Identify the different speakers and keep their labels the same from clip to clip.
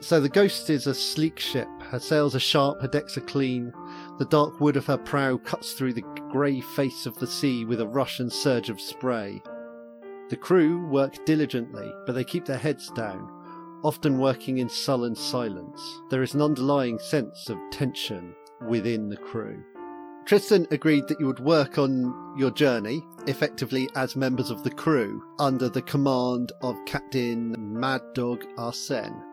Speaker 1: So the Ghost is a sleek ship. Her sails are sharp, her decks are clean. The dark wood of her prow cuts through the grey face of the sea with a rush and surge of spray. The crew work diligently, but they keep their heads down, often working in sullen silence. There is an underlying sense of tension within the crew. Tristan agreed that you would work on your journey effectively as members of the crew under the command of Captain Mad Dog Arsene.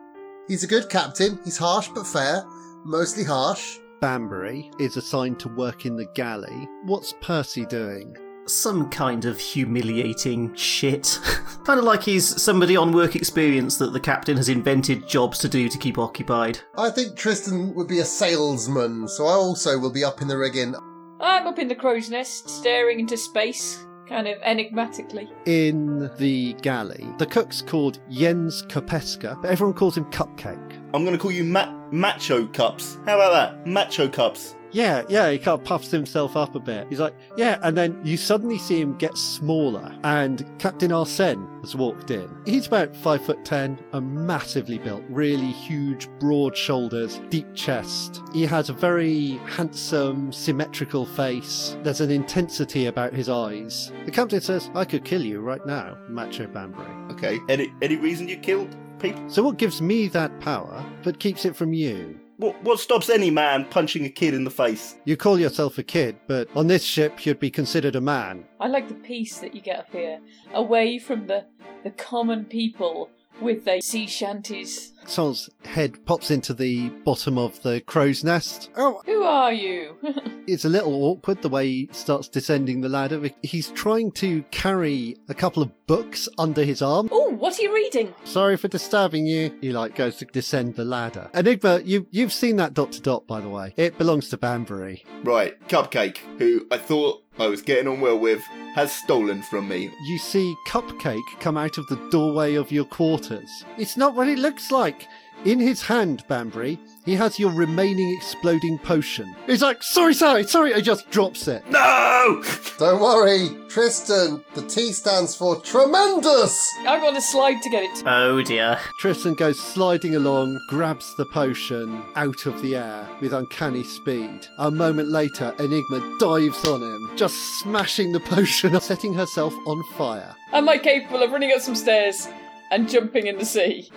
Speaker 2: He's a good captain. He's harsh but fair. Mostly harsh.
Speaker 1: Banbury is assigned to work in the galley. What's Percy doing?
Speaker 3: Some kind of humiliating shit. kind of like he's somebody on work experience that the captain has invented jobs to do to keep occupied.
Speaker 2: I think Tristan would be a salesman, so I also will be up in the rigging.
Speaker 4: I'm up in the crow's nest, staring into space, kind of enigmatically.
Speaker 1: In the galley. The cook's called Jens Kopeska, but everyone calls him Cupcake.
Speaker 5: I'm going to call you ma- Macho Cups. How about that? Macho Cups.
Speaker 1: Yeah, yeah, he kind of puffs himself up a bit. He's like, yeah, and then you suddenly see him get smaller, and Captain Arsene has walked in. He's about five foot ten and massively built, really huge, broad shoulders, deep chest. He has a very handsome, symmetrical face. There's an intensity about his eyes. The captain says, I could kill you right now, Macho Banbury.
Speaker 5: Okay. Any any reason you killed people?
Speaker 1: So, what gives me that power but keeps it from you?
Speaker 5: What what stops any man punching a kid in the face?
Speaker 1: You call yourself a kid, but on this ship you'd be considered a man.
Speaker 4: I like the peace that you get up here, away from the the common people with their sea shanties.
Speaker 1: Sans head pops into the bottom of the crow's nest. Oh,
Speaker 4: Who are you?
Speaker 1: it's a little awkward the way he starts descending the ladder. He's trying to carry a couple of books under his arm.
Speaker 4: oh, what are you reading?
Speaker 1: Sorry for disturbing you. He like goes to descend the ladder. Enigma, you you've seen that dot to dot by the way. It belongs to Banbury.
Speaker 5: Right, Cupcake, who I thought I was getting on well with, has stolen from me.
Speaker 1: You see Cupcake come out of the doorway of your quarters. It's not what it looks like. In his hand, Banbury, he has your remaining exploding potion. He's like, sorry, sorry, sorry, and just drops it.
Speaker 5: No!
Speaker 2: Don't worry, Tristan. The T stands for tremendous.
Speaker 4: I'm on a slide to get it.
Speaker 3: Oh dear.
Speaker 1: Tristan goes sliding along, grabs the potion out of the air with uncanny speed. A moment later, Enigma dives on him, just smashing the potion, setting herself on fire.
Speaker 4: Am I capable of running up some stairs and jumping in the sea?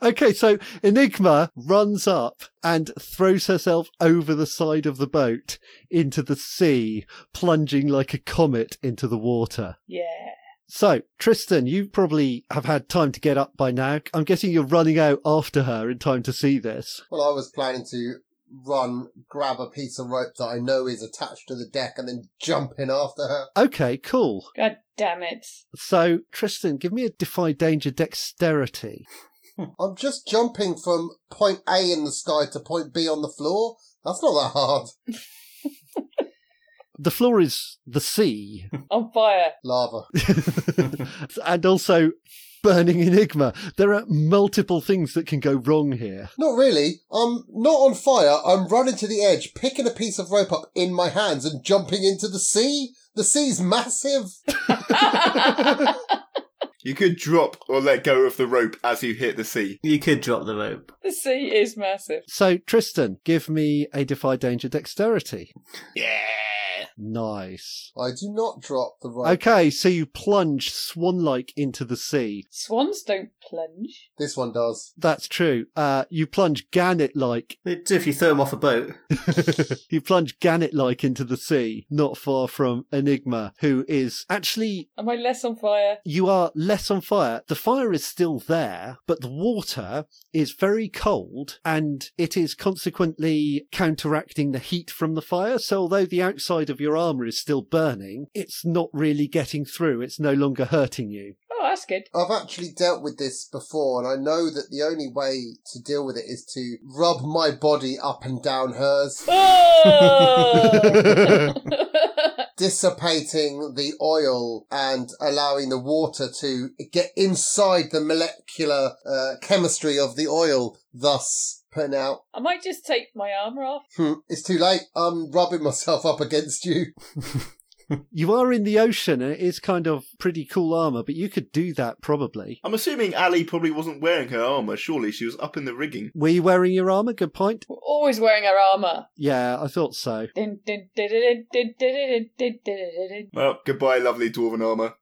Speaker 1: Okay, so Enigma runs up and throws herself over the side of the boat into the sea, plunging like a comet into the water.
Speaker 4: Yeah.
Speaker 1: So, Tristan, you probably have had time to get up by now. I'm guessing you're running out after her in time to see this.
Speaker 2: Well, I was planning to run, grab a piece of rope that I know is attached to the deck, and then jump in after her.
Speaker 1: Okay, cool.
Speaker 4: God damn it.
Speaker 1: So, Tristan, give me a defy danger dexterity.
Speaker 2: I'm just jumping from point A in the sky to point B on the floor. That's not that hard.
Speaker 1: The floor is the sea
Speaker 4: On fire.
Speaker 2: Lava.
Speaker 1: and also burning enigma. There are multiple things that can go wrong here.
Speaker 2: Not really. I'm not on fire. I'm running to the edge, picking a piece of rope up in my hands and jumping into the sea. The sea's massive.
Speaker 4: the
Speaker 5: You could drop or let go of the rope as you hit the sea.
Speaker 3: You could drop the rope.
Speaker 4: sea is massive.
Speaker 1: So, Tristan, give me a defy danger dexterity.
Speaker 5: Yeah!
Speaker 1: Nice.
Speaker 2: I do not drop the rope.
Speaker 1: Okay, so you plunge swan like into the sea.
Speaker 4: Swans don't plunge.
Speaker 2: This one does.
Speaker 1: That's true. Uh, you plunge gannet like.
Speaker 3: It'd do if you throw him off a boat.
Speaker 1: you plunge gannet like into the sea, not far from Enigma, who is actually.
Speaker 4: Am I less on fire?
Speaker 1: You are less on fire. The fire is still there, but the water is very cold and it is consequently counteracting the heat from the fire. So, although the outside of your your armour is still burning, it's not really getting through. It's no longer hurting you.
Speaker 4: Oh, that's good.
Speaker 2: I've actually dealt with this before, and I know that the only way to deal with it is to rub my body up and down hers,
Speaker 4: Oh!
Speaker 2: dissipating the oil and allowing the water to get inside the molecular uh, chemistry of the oil, thus putting out.
Speaker 4: I might just take my armour off.
Speaker 2: Hmm, it's too late. I'm rubbing myself up against you.
Speaker 1: You are in the ocean and it is kind of pretty cool armour, but you could do that probably.
Speaker 5: I'm assuming Ali probably wasn't wearing her armour. Surely she was up in the rigging.
Speaker 1: Were you wearing your armour? Good point.
Speaker 4: We're always wearing our armour.
Speaker 1: Yeah, I thought so.
Speaker 4: Dun, dun, dun, dun, dun, dun, dun, dun, dun, dun, dun.
Speaker 5: Well, goodbye, lovely dwarven armour.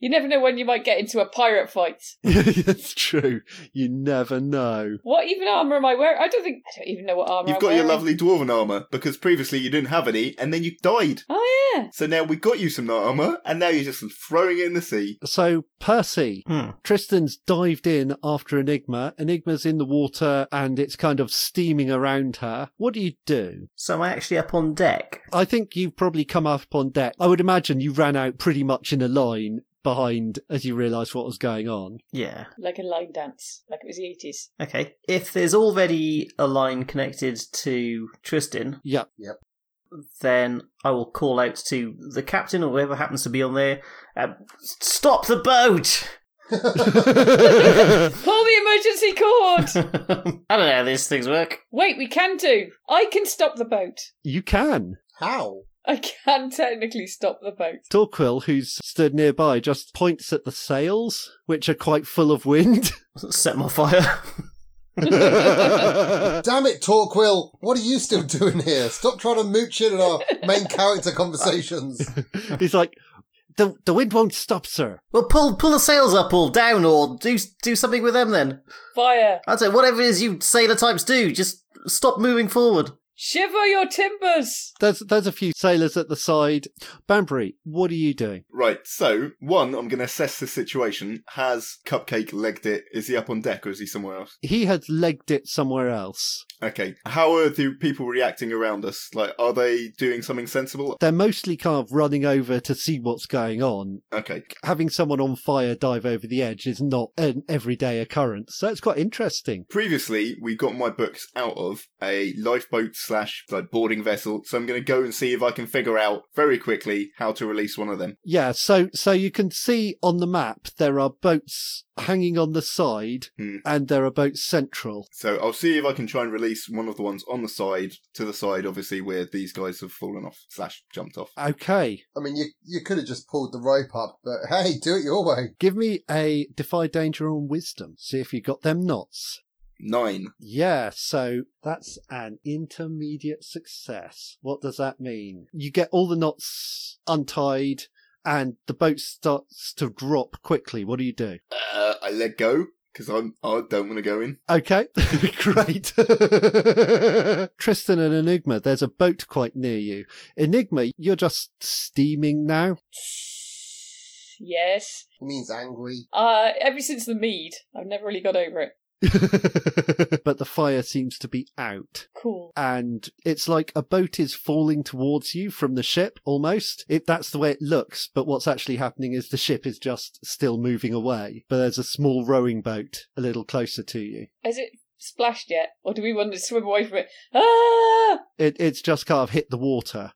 Speaker 4: You never know when you might get into a pirate fight.
Speaker 1: That's true. You never know.
Speaker 4: What even armour am I wearing? I don't think I don't even know what armour
Speaker 5: You've
Speaker 4: I'm
Speaker 5: got your
Speaker 4: wearing.
Speaker 5: lovely dwarven armour because previously you didn't have any, and then you died.
Speaker 4: Oh yeah.
Speaker 5: So now we got you some knight armour, and now you're just throwing it in the sea.
Speaker 1: So, Percy,
Speaker 3: Hmm.
Speaker 1: Tristan's dived in after Enigma. Enigma's in the water and it's kind of steaming around her. What do you do?
Speaker 3: So am I actually up on deck?
Speaker 1: I think you've probably come up on deck. I would imagine you ran out pretty much in a line behind as you realised what was going on.
Speaker 3: Yeah.
Speaker 4: Like a line dance, like it was the eighties.
Speaker 3: Okay. If there's already a line connected to Tristan,
Speaker 1: Yeah.
Speaker 3: then I will call out to the captain or whoever happens to be on there. Um, Stop the boat!
Speaker 4: Pull the emergency cord.
Speaker 3: I don't know how these things work.
Speaker 4: Wait, we can do. I can stop the boat.
Speaker 1: you can.
Speaker 2: How?
Speaker 4: I can technically stop the boat.
Speaker 1: Torquil, who's stood nearby, just points at the sails, which are quite full of wind.
Speaker 3: Set my fire.
Speaker 2: Damn it, Torquil! What are you still doing here? Stop trying to mooch in on our main character conversations.
Speaker 1: He's like, the, the wind won't stop, sir.
Speaker 3: well, pull pull the sails up or down or do do something with them then.
Speaker 4: Fire.
Speaker 3: I'd say whatever it is you sailor types do, just stop moving forward.
Speaker 4: Shiver your timbers.
Speaker 1: There's, there's a few sailors at the side. Banbury, what are you doing?
Speaker 5: Right, so one, I'm going to assess the situation. Has Cupcake legged it? Is he up on deck or is he somewhere else?
Speaker 1: He had legged it somewhere else.
Speaker 5: Okay. How are the people reacting around us? Like, are they doing something sensible?
Speaker 1: They're mostly kind of running over to see what's going on.
Speaker 5: Okay.
Speaker 1: Having someone on fire dive over the edge is not an everyday occurrence, so it's quite interesting.
Speaker 5: Previously, we got my books out of a lifeboat slash like boarding vessel, so I'm going to go and see if I can figure out very quickly how to release one of them.
Speaker 1: Yeah, so so you can see on the map there are boats hanging on the side
Speaker 5: Hmm.
Speaker 1: and there are boats central.
Speaker 5: So I'll see if I can try and release one of the ones on the side to the side, obviously where these guys have fallen off slash jumped off.
Speaker 1: Okay,
Speaker 2: I mean, you you could have just pulled the rope up, but hey, do it your way.
Speaker 1: give me a defy danger on wisdom. See if you got them knots.
Speaker 5: Nine.
Speaker 1: Yeah, so that's an intermediate success. What does that mean? You get all the knots untied and the boat starts to drop quickly. What do you do?
Speaker 5: Uh, I let go because I'm I don't want to go in.
Speaker 1: Okay, great. Tristan and Enigma, there's a boat quite near you. Enigma, you're just steaming now.
Speaker 4: Yes.
Speaker 2: He means angry.
Speaker 4: Uh, ever since the mead, I've never really got over it.
Speaker 1: but the fire seems to be out.
Speaker 4: Cool.
Speaker 1: and it's like a boat is falling towards you from the ship almost. It, that's the way it looks, but what's actually happening is the ship is just still moving away. But there's a small rowing boat a little closer to you.
Speaker 4: Has it splashed yet, or do we want to swim away from it? Ah!
Speaker 1: It, it's just kind of hit the water.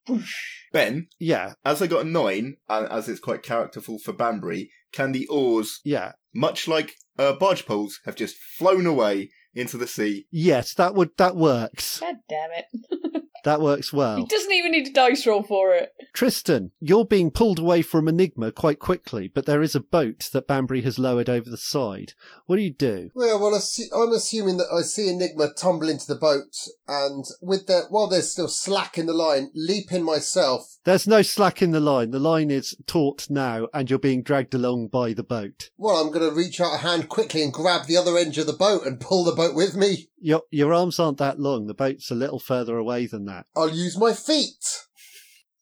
Speaker 5: Ben,
Speaker 1: Yeah,
Speaker 5: as I got a nine, and as it's quite characterful for Banbury, can the oars,
Speaker 1: yeah.
Speaker 5: much like uh, barge poles, have just flown away into the sea?
Speaker 1: Yes, that would, that works.
Speaker 4: God damn it!
Speaker 1: That works
Speaker 4: He
Speaker 1: well.
Speaker 4: doesn't even need a dice roll for it.
Speaker 1: Tristan, you're being pulled away from Enigma quite quickly, but there is a boat that Banbury has lowered over the side. What do you do?
Speaker 2: Well, well, assu- I'm assuming that I see Enigma tumble into the boat, and with their while there's still slack in the line, leap in myself.
Speaker 1: There's no slack in the line. The line is taut now, and you're being dragged along by the boat.
Speaker 2: Well, I'm going to reach out a hand quickly and grab the other end of the boat and pull the boat with me.
Speaker 1: Your your arms aren't that long. The boat's a little further away than that.
Speaker 2: I'll use my feet.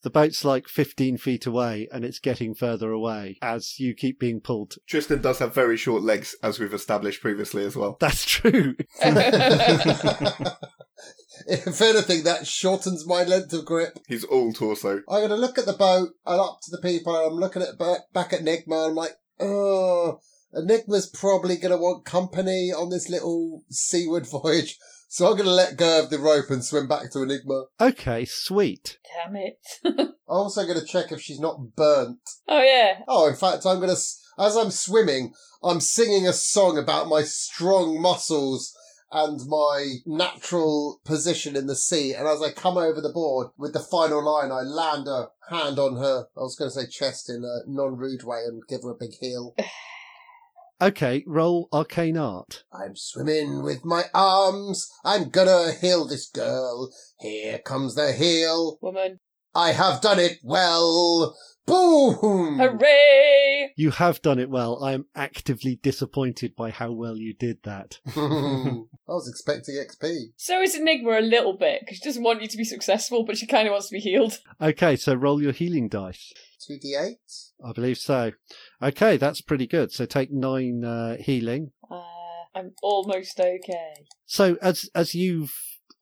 Speaker 1: The boat's like 15 feet away, and it's getting further away as you keep being pulled.
Speaker 5: Tristan does have very short legs, as we've established previously as well.
Speaker 1: That's true.
Speaker 2: If anything, that shortens my length of grip.
Speaker 5: He's all torso.
Speaker 2: I'm going to look at the boat and up to the people, and I'm looking at ba- back at Enigma, and I'm like, oh, Enigma's probably going to want company on this little seaward voyage. So I'm going to let go of the rope and swim back to Enigma.
Speaker 1: Okay, sweet.
Speaker 4: Damn it.
Speaker 2: I'm also going to check if she's not burnt.
Speaker 4: oh, yeah.
Speaker 2: Oh, in fact, I'm gonna as I'm swimming, I'm singing a song about my strong muscles and my natural position in the sea. And as I come over the board with the final line, I land a hand on her. I was going to say chest in a non-rude way and give her a big heel.
Speaker 1: Okay, roll arcane art.
Speaker 2: I'm swimming with my arms. I'm gonna heal this girl. Here comes the heel.
Speaker 4: Woman.
Speaker 2: I have done it well. Boom!
Speaker 4: Hooray!
Speaker 1: You have done it well. I am actively disappointed by how well you did that.
Speaker 2: I was expecting XP.
Speaker 4: So is Enigma a little bit, because she doesn't want you to be successful, but she kind of wants to be healed.
Speaker 1: Okay, so roll your healing dice.
Speaker 2: 2d8?
Speaker 1: I believe so. Okay, that's pretty good. So take nine uh, healing.
Speaker 4: Uh, I'm almost okay.
Speaker 1: So as as you've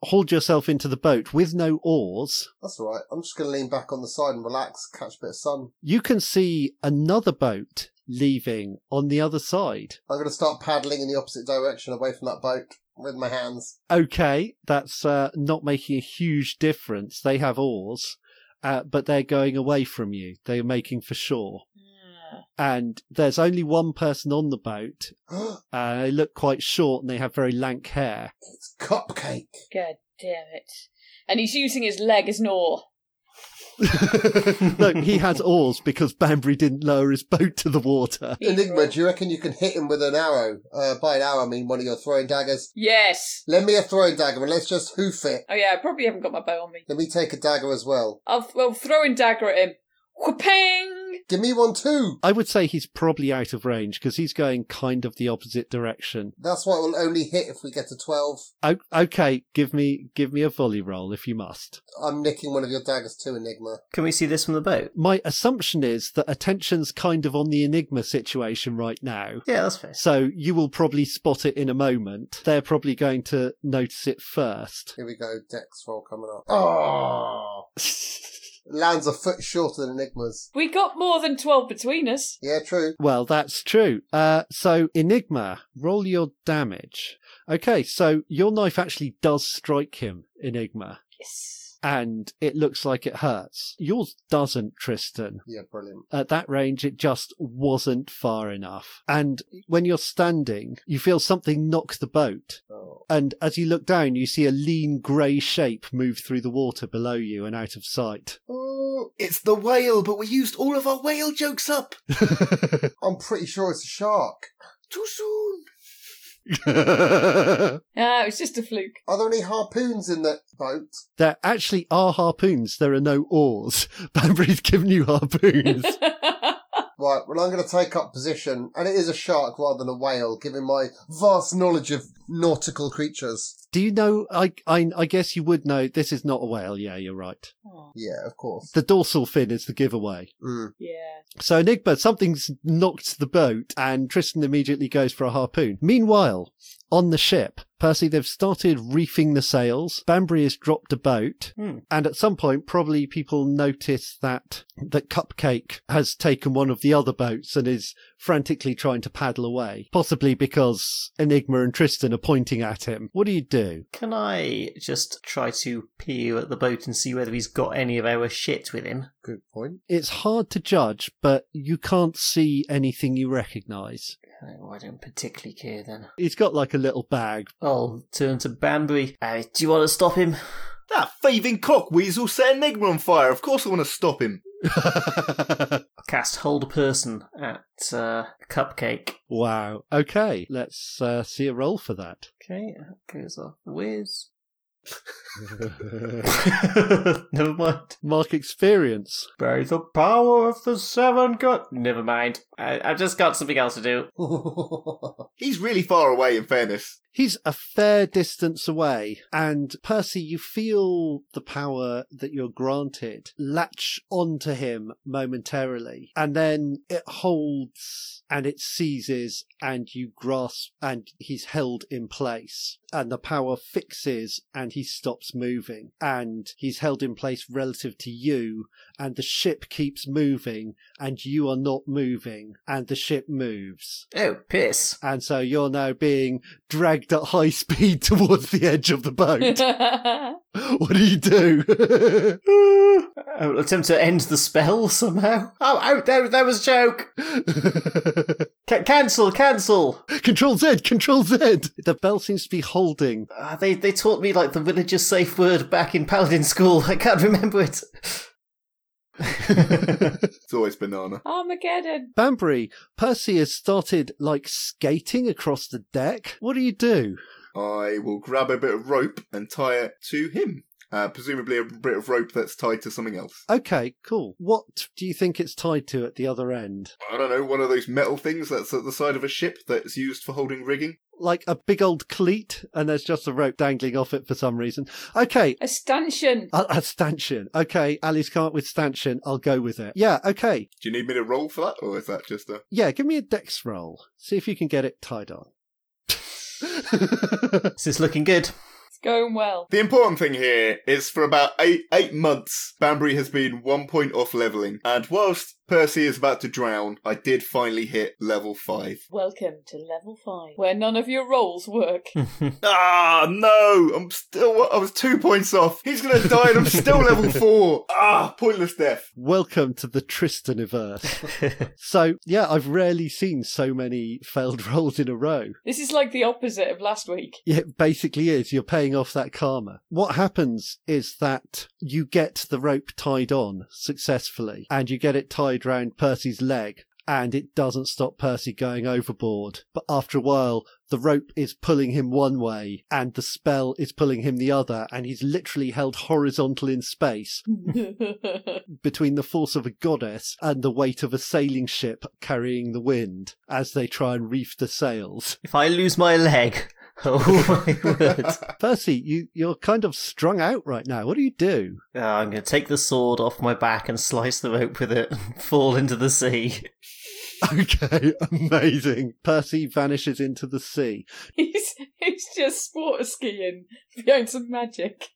Speaker 1: hauled yourself into the boat with no oars,
Speaker 2: That's all right. I'm just going to lean back on the side and relax, catch a bit of sun.
Speaker 1: you can see another boat leaving on the other side.
Speaker 2: I'm going to start paddling in the opposite direction away from that boat with my hands.
Speaker 1: Okay, that's uh, not making a huge difference. They have oars, uh, but they're going away from you. They're making for shore.
Speaker 4: Yeah.
Speaker 1: And there's only one person on the boat,
Speaker 2: it's
Speaker 1: Uh, they look quite short and they have very lank hair.
Speaker 2: cupcake.
Speaker 4: God damn it. And he's using his leg as an oar.
Speaker 1: Look, he has oars because Banbury didn't lower his boat to the water.
Speaker 2: Enigma, do you reckon you can hit him with an arrow? Uh, by an arrow, I mean one of your throwing daggers.
Speaker 4: Yes.
Speaker 2: Lend me a throwing dagger and let's just hoof it.
Speaker 4: Oh yeah, I probably haven't got my bow on me.
Speaker 2: Let me take a dagger as well.
Speaker 4: I'll, I'll throw in dagger at him. Whoopang!
Speaker 2: Give me one too.
Speaker 1: I would say he's probably out of range because he's going kind of the opposite direction.
Speaker 2: That's why it will only hit if we get a 12.
Speaker 1: O- okay, give me give me a volley roll if you must.
Speaker 2: I'm nicking one of your daggers too, Enigma.
Speaker 3: Can we see this from the boat?
Speaker 1: My assumption is that attention's kind of on the enigma situation right now.
Speaker 3: Yeah, that's fair.
Speaker 1: So you will probably spot it in a moment. They're probably going to notice it first.
Speaker 2: Here we go, Dex roll coming up. Oh! Lands a foot shorter than Enigma's.
Speaker 4: We got more than 12 between us.
Speaker 2: Yeah, true.
Speaker 1: Well, that's true. Uh, so, Enigma, roll your damage. Okay, so your knife actually does strike him, Enigma,
Speaker 4: Yes.
Speaker 1: and it looks like it hurts. Yours doesn't, Tristan.
Speaker 2: Yeah, brilliant.
Speaker 1: At that range, it just wasn't far enough. And when you're standing, you feel something knock the boat.
Speaker 2: Oh.
Speaker 1: And as you look down, you see a lean grey shape move through the water below you and out of sight.
Speaker 2: Oh,
Speaker 5: It's the whale, but we used all of our whale jokes up.
Speaker 2: I'm pretty sure it's a shark.
Speaker 5: Too soon.
Speaker 4: Ah, it was just a fluke.
Speaker 2: Are there any harpoons in that boat?
Speaker 1: There actually are harpoons. There are no oars. Banbury's given you harpoons.
Speaker 2: Right, well, I'm going to take up position, and it is a shark rather than a whale, given my vast knowledge of nautical creatures.
Speaker 1: Do you know? I, I I guess you would know. This is not a whale. Yeah, you're right.
Speaker 4: Aw,
Speaker 2: Yeah, of course.
Speaker 1: The dorsal fin is the giveaway.
Speaker 2: Mm.
Speaker 4: yeah.
Speaker 1: So Enigma, something's knocked the boat, and Tristan immediately goes for a harpoon. Meanwhile, on the ship, Percy, they've started reefing the sails. Banbury has dropped a boat,
Speaker 3: Hmm.
Speaker 1: and at some point, probably people notice that that Cupcake has taken one of the other boats and is frantically trying to paddle away, possibly because Enigma and Tristan are pointing at him. What do you do?
Speaker 3: Can I just try to peer at the boat and see whether he's got any of our shit with him?
Speaker 2: Good point.
Speaker 1: It's hard to judge, but you can't see anything you recognise.
Speaker 3: Oh, I don't particularly care then.
Speaker 1: He's got like a little bag.
Speaker 3: I'll turn to Banbury. Uh, do you want to stop him?
Speaker 5: That thieving cock weasel set Enigma on fire. Of course I want to stop him.
Speaker 3: Cast hold person at uh, Cupcake.
Speaker 1: Wow. Okay, let's uh, see a roll for that.
Speaker 3: Okay, that goes off the whiz. Never mind.
Speaker 1: Mark experience.
Speaker 3: By the power of the seven god. Never mind. I, I've just got something else to do.
Speaker 5: He's really far away, in fairness.
Speaker 1: He's a fair distance away, and Percy, you feel the power that you're granted latch onto him momentarily, and then it holds and it seizes, and you grasp, and he's held in place, and the power fixes, and he stops moving, and he's held in place relative to you, and the ship keeps moving, and you are not moving, and the ship moves.
Speaker 3: Oh, piss.
Speaker 1: And so you're now being dragged at high speed towards the edge of the boat. what do you do?
Speaker 3: I'll attempt to end the spell somehow. Oh, oh there, there was a joke. Ca- cancel, cancel.
Speaker 1: control Z, Control Z. The bell seems to be holding.
Speaker 3: Uh, they, they taught me like the villager safe word back in paladin school. I can't remember it.
Speaker 5: It's always banana.
Speaker 4: Armageddon.
Speaker 1: Banbury, Percy has started like skating across the deck. What do you do?
Speaker 5: I will grab a bit of rope and tie it to him. Uh, presumably a bit of rope that's tied to something else.
Speaker 1: Okay, cool. What do you think it's tied to at the other end?
Speaker 5: I don't know, one of those metal things that's at the side of a ship that's used for holding rigging.
Speaker 1: Like a big old cleat, and there's just a rope dangling off it for some reason. Okay,
Speaker 4: A stanchion.
Speaker 1: A, a stanchion. Okay, Ali's come up with stanchion. I'll go with it. Yeah, okay.
Speaker 5: Do you need me to roll for that, or is that just a
Speaker 1: Yeah, give me a dex roll. See if you can get it tied on.
Speaker 3: this is looking good.
Speaker 4: It's going well.
Speaker 5: The important thing here is for about eight eight months, Banbury has been one point off leveling, and whilst Percy is about to drown, I did finally hit level five.
Speaker 4: Welcome to level five, Hmm. where none of your rolls work.
Speaker 5: Ah no! I'm still I was two points off. He's gonna die and I'm still level four. Ah, pointless death.
Speaker 1: Welcome to the Tristaniverse. so, yeah, I've rarely seen so many failed rolls in a row.
Speaker 4: this is like the opposite of last week.
Speaker 1: It basically is. You're paying off that karma. What happens is that you get the rope tied on successfully and you get it tied round Percy's leg and it doesn't stop Percy going overboard. But after a while, the rope is pulling him one way and the spell is pulling him the other and he's literally held horizontal in space between the force of a goddess and the weight of a sailing ship carrying the wind as they try and reef the sails.
Speaker 3: If I lose my leg, oh my word.
Speaker 1: Percy, you, you're kind of strung out right now. What do you do?
Speaker 3: Oh, I'm going to take the sword off my back and slice the rope with it and fall into the sea.
Speaker 1: Okay, amazing. Percy vanishes into the sea.
Speaker 4: he's, he's just water skiing behind some magic.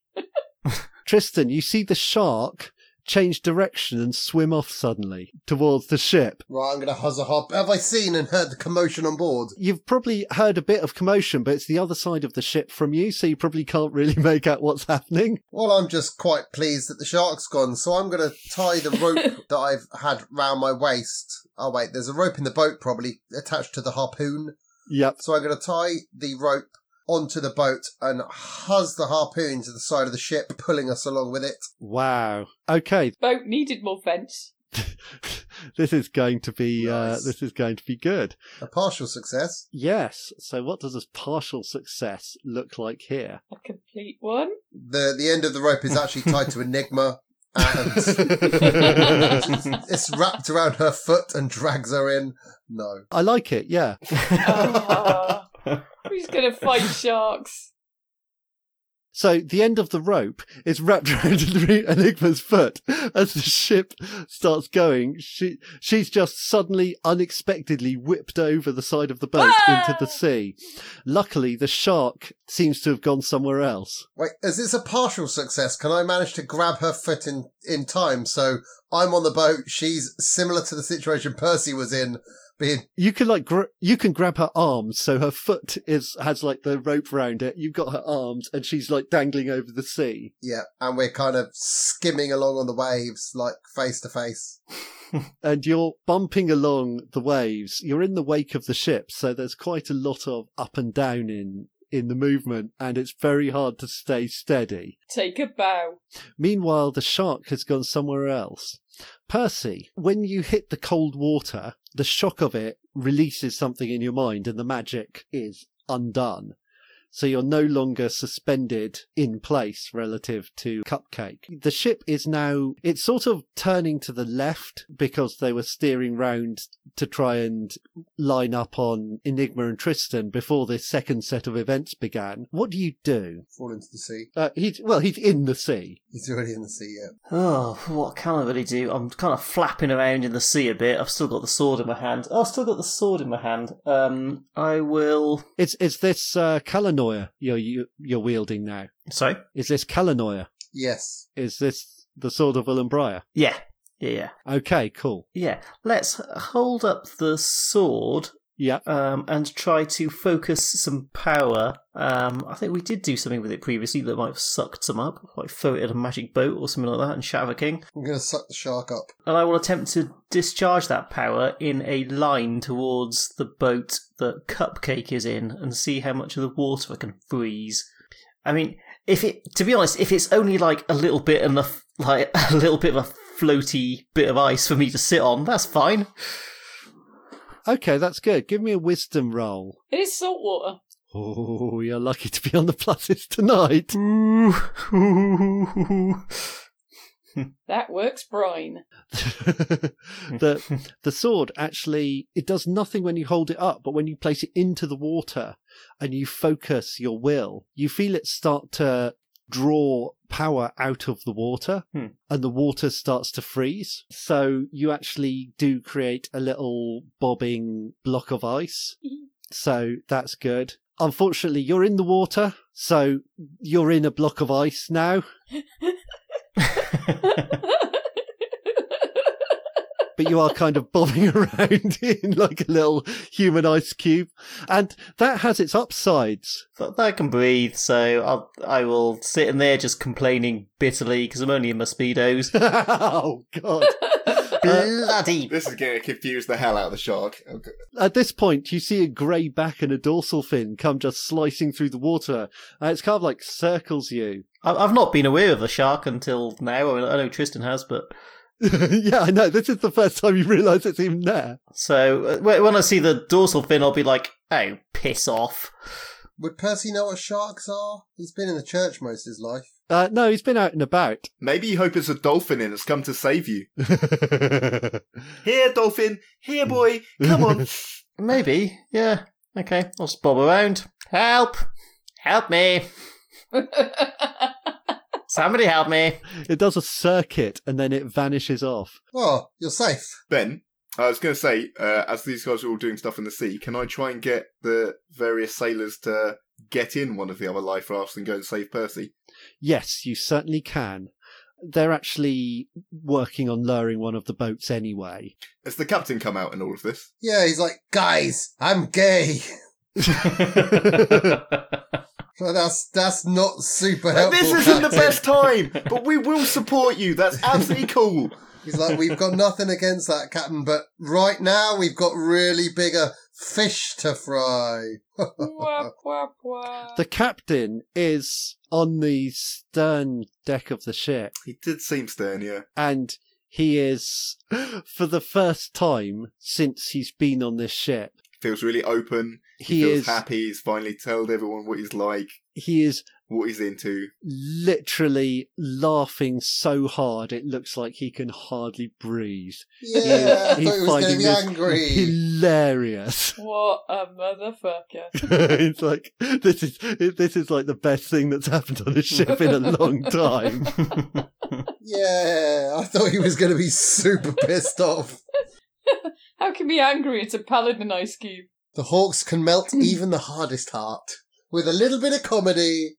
Speaker 1: Tristan, you see the shark change direction and swim off suddenly towards the ship.
Speaker 2: Right, I'm going to huzza hop. Have I seen and heard the commotion on board?
Speaker 1: You've probably heard a bit of commotion, but it's the other side of the ship from you, so you probably can't really make out what's happening.
Speaker 2: Well, I'm just quite pleased that the shark's gone, so I'm going to tie the rope that I've had round my waist. Oh, wait, there's a rope in the boat probably attached to the harpoon.
Speaker 1: Yep.
Speaker 2: So I'm going to tie the rope onto the boat and huzz the harpoon to the side of the ship, pulling us along with it.
Speaker 1: Wow. Okay,
Speaker 4: Boat needed more vents.
Speaker 1: this is going to be uh,
Speaker 2: Nice.
Speaker 1: this is going to be good.
Speaker 2: A partial success.
Speaker 1: Yes. So what does a partial success look like here?
Speaker 4: A complete one.
Speaker 2: The the end of the rope is actually tied to Enigma. And it's wrapped around her foot and drags her in. No.
Speaker 1: I like it. Yeah.
Speaker 4: Ah, who's going to fight sharks?
Speaker 1: So the end of the rope is wrapped around Enigma's foot as the ship starts going. She she's just suddenly, unexpectedly whipped over the side of the boat
Speaker 4: Ah!
Speaker 1: into the sea. Luckily, the shark seems to have gone somewhere else.
Speaker 2: Wait, is this a partial success? Can I manage to grab her foot in, in time? So I'm on the boat. She's similar to the situation Percy was in, being
Speaker 1: You can like gr- you can grab her arms, so her foot is has like the rope round it. You've got her arms, and she's like dangling over the sea.
Speaker 2: Yeah, and we're kind of skimming along on the waves, like face to face.
Speaker 1: and you're bumping along the waves. You're in the wake of the ship, so there's quite a lot of up and down in in the movement, and it's very hard to stay steady.
Speaker 4: Take a bow.
Speaker 1: Meanwhile, the shark has gone somewhere else. Percy, when you hit the cold water, the shock of it releases something in your mind, and the magic is undone. So you're no longer suspended in place relative to Cupcake. The ship is now, it's sort of turning to the left because they were steering round to try and line up on Enigma and Tristan before this second set of events began. What do you do?
Speaker 2: Fall into the sea.
Speaker 1: Uh, he's, well, he's in the sea.
Speaker 2: He's already in the sea, yeah.
Speaker 3: Oh, what can I really do? I'm kind of flapping around in the sea a bit. I've still got the sword in my hand. Oh, I've still got the sword in my hand. Um, I will.
Speaker 1: It's, it's this uh, Kalanoia you're, you, you're wielding now.
Speaker 3: Sorry.
Speaker 1: Is this Kalanoia?
Speaker 2: Yes.
Speaker 1: Is this the Sword of Ullumbriar?
Speaker 3: Yeah, yeah, yeah,
Speaker 1: Okay, cool.
Speaker 3: yeah. Let's hold up the sword
Speaker 1: Yeah.
Speaker 3: um, and try to focus some power. Um, I think we did do something with it previously that might have sucked some up, like throw it at a magic boat or something like that and shatter a king.
Speaker 2: I'm going to suck the shark up.
Speaker 3: And I will attempt to discharge that power in a line towards the boat that Cupcake is in and see how much of the water I can freeze. I mean, if it, to be honest, if it's only like a little bit enough, like a little bit of a floaty bit of ice for me to sit on, that's fine.
Speaker 1: Okay, that's good. Give me a wisdom roll.
Speaker 4: It is salt water.
Speaker 1: Oh, you're lucky to be on the pluses tonight.
Speaker 4: That works, brine.
Speaker 1: the the sword actually it does nothing when you hold it up, but when you place it into the water and you focus your will, you feel it start to draw power out of the water
Speaker 3: Hmm.
Speaker 1: and the water starts to freeze. So you actually do create a little bobbing block of ice. So that's good. Unfortunately, you're in the water, so you're in a block of ice now. but you are kind of bobbing around in like a little human ice cube. And that has its upsides.
Speaker 3: But I can breathe, so I'll, I will sit in there just complaining bitterly because I'm only in my speedos.
Speaker 1: oh, God. Uh,
Speaker 3: Bloody
Speaker 5: This is going to confuse the hell out of the shark. Okay.
Speaker 1: at this point, you see a grey back and a dorsal fin come just slicing through the water. And it's kind of like circles you.
Speaker 3: I- I've not been aware of a shark until now. I, mean, I know Tristan has, but
Speaker 1: yeah, I know. This is the first time you realise it's even there.
Speaker 3: so uh, wh- when I see the dorsal fin, I'll be like, "Oh, piss off!"
Speaker 2: Uh, Would Percy know what sharks are? He's been in the church most of his life.
Speaker 1: Uh, no, he's been out and about.
Speaker 5: Maybe you hope it's a dolphin and it's come to save you. Here, dolphin. Here, boy. Come on.
Speaker 3: Maybe, yeah. Okay, I'll just bob around. Help! Help me! Somebody help me!
Speaker 1: it does a circuit and then it vanishes off.
Speaker 2: Oh, you're safe.
Speaker 5: ben, I was going to say, uh, as these guys are all doing stuff in the sea, can I try and get the various sailors to get in one of the other life rafts and go and save Percy?
Speaker 1: Yes, you certainly can. They're actually working on lowering one of the boats anyway.
Speaker 5: Has the captain come out in all of this?
Speaker 2: Yeah, he's like, guys, I'm gay. Well, that's that's not super helpful.
Speaker 5: this isn't the
Speaker 2: Captain.
Speaker 5: best time, but we will support you. That's absolutely cool.
Speaker 2: He's like, we've got nothing against that, Captain, but right now we've got really bigger fish to fry.
Speaker 4: Wah, wah, wah.
Speaker 1: The captain is on the stern deck of the ship
Speaker 5: He did seem stern, yeah.
Speaker 1: and he is, for the first time since he's been on this ship,
Speaker 5: Feels really open.
Speaker 1: he
Speaker 5: feels
Speaker 1: is,
Speaker 5: happy. He's finally told everyone what he's like,
Speaker 1: he is
Speaker 5: what he's into.
Speaker 1: literally laughing so hard it looks like he can hardly breathe.
Speaker 2: Yeah,
Speaker 1: He
Speaker 2: I
Speaker 1: is-
Speaker 2: thought
Speaker 1: he's
Speaker 2: he was going to
Speaker 1: finding
Speaker 2: be
Speaker 1: this
Speaker 2: angry.
Speaker 1: Hilarious.
Speaker 4: What a motherfucker.
Speaker 1: it's like this is this is like the best thing that's happened on a ship in a long time.
Speaker 2: Yeah, I thought he was going to be super pissed off.
Speaker 4: How can be angry? It's a paladin ice cube.
Speaker 2: The hawks can melt
Speaker 1: Hmm.
Speaker 2: even the hardest heart with a little bit of comedy.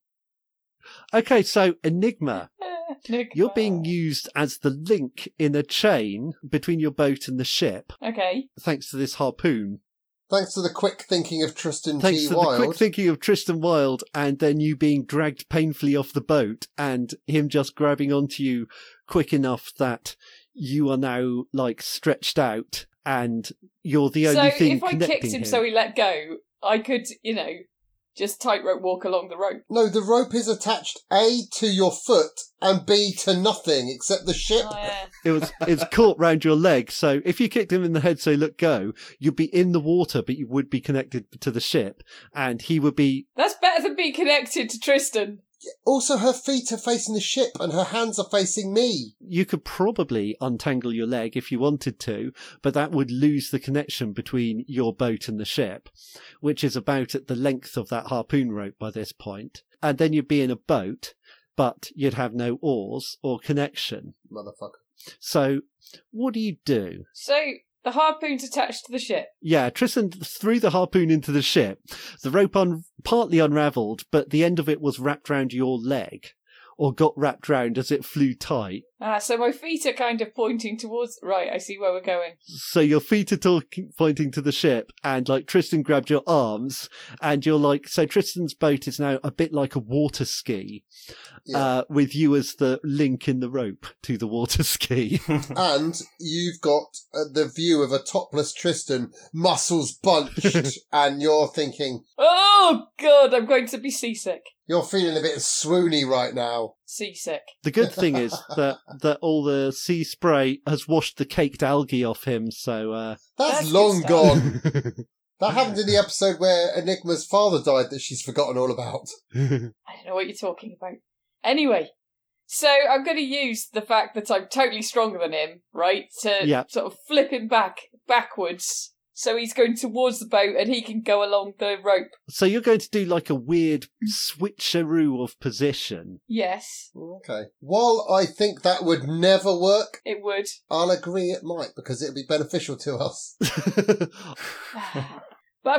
Speaker 1: Okay, so Enigma,
Speaker 4: Eh, Nick.
Speaker 1: you're being used as the link in a chain between your boat and the ship,
Speaker 4: Okay.
Speaker 1: thanks to this harpoon.
Speaker 2: Thanks to the quick thinking of Tristan
Speaker 1: Thanks
Speaker 2: T.
Speaker 1: to
Speaker 2: Wilde.
Speaker 1: the quick thinking of Tristan Wilde, and then you being dragged painfully off the boat, and him just grabbing onto you quick enough that you are now like stretched out, and you're the
Speaker 4: so
Speaker 1: only thing
Speaker 4: if I
Speaker 1: connecting
Speaker 4: kicked him
Speaker 1: here.
Speaker 4: so he let go, I could, you know, just tightrope walk along the rope.
Speaker 2: No, the rope is attached A to your foot and B to nothing except the ship.
Speaker 4: Oh, yeah.
Speaker 1: It was it's caught round your leg, so if you kicked him in the head, say "Look, go," you'd be in the water, but you would be connected to the ship, and he would be.
Speaker 4: That's better than being connected to Tristan.
Speaker 2: Also, her feet are facing the ship and her hands are facing me.
Speaker 1: You could probably untangle your leg if you wanted to, but that would lose the connection between your boat and the ship, which is about at the length of that harpoon rope by this point. And then you'd be in a boat, but you'd have no oars or connection.
Speaker 2: Motherfucker.
Speaker 1: So, what do you do?
Speaker 4: So the harpoon's attached to the ship.
Speaker 1: Yeah, Tristan threw the harpoon into the ship. The rope un- partly unravelled, but the end of it was wrapped round your leg, or got wrapped round as it flew tight.
Speaker 4: Ah, so my feet are kind of pointing towards. Right, I see where we're going.
Speaker 1: So your feet are talking, pointing to the ship, and like Tristan grabbed your arms, and you're like, so Tristan's boat is now a bit like a water ski,
Speaker 2: Yeah.
Speaker 1: uh, with you as the link in the rope to the water ski.
Speaker 2: and you've got uh, the view of a topless Tristan, muscles bunched, and you're thinking,
Speaker 4: Oh god, I'm going to be seasick.
Speaker 2: you're feeling a bit swoony right now.
Speaker 4: Seasick.
Speaker 1: the good thing is that that all the sea spray has washed the caked algae off him, so uh,
Speaker 2: That's,
Speaker 4: That's
Speaker 2: long
Speaker 4: good stuff.
Speaker 2: gone. That happened in the episode where Enigma's father died that she's forgotten all about.
Speaker 4: I don't know what you're talking about. Anyway, so I'm going to use the fact that I'm totally stronger than him, right, to
Speaker 1: Yeah.
Speaker 4: sort of flip him back backwards. So he's going towards the boat and he can go along the rope.
Speaker 1: So you're going to do like a weird switcheroo of position.
Speaker 4: Yes,
Speaker 2: Okay. While I think that would never work,
Speaker 4: it would.
Speaker 2: I'll agree it might because it'd be beneficial to us.
Speaker 4: but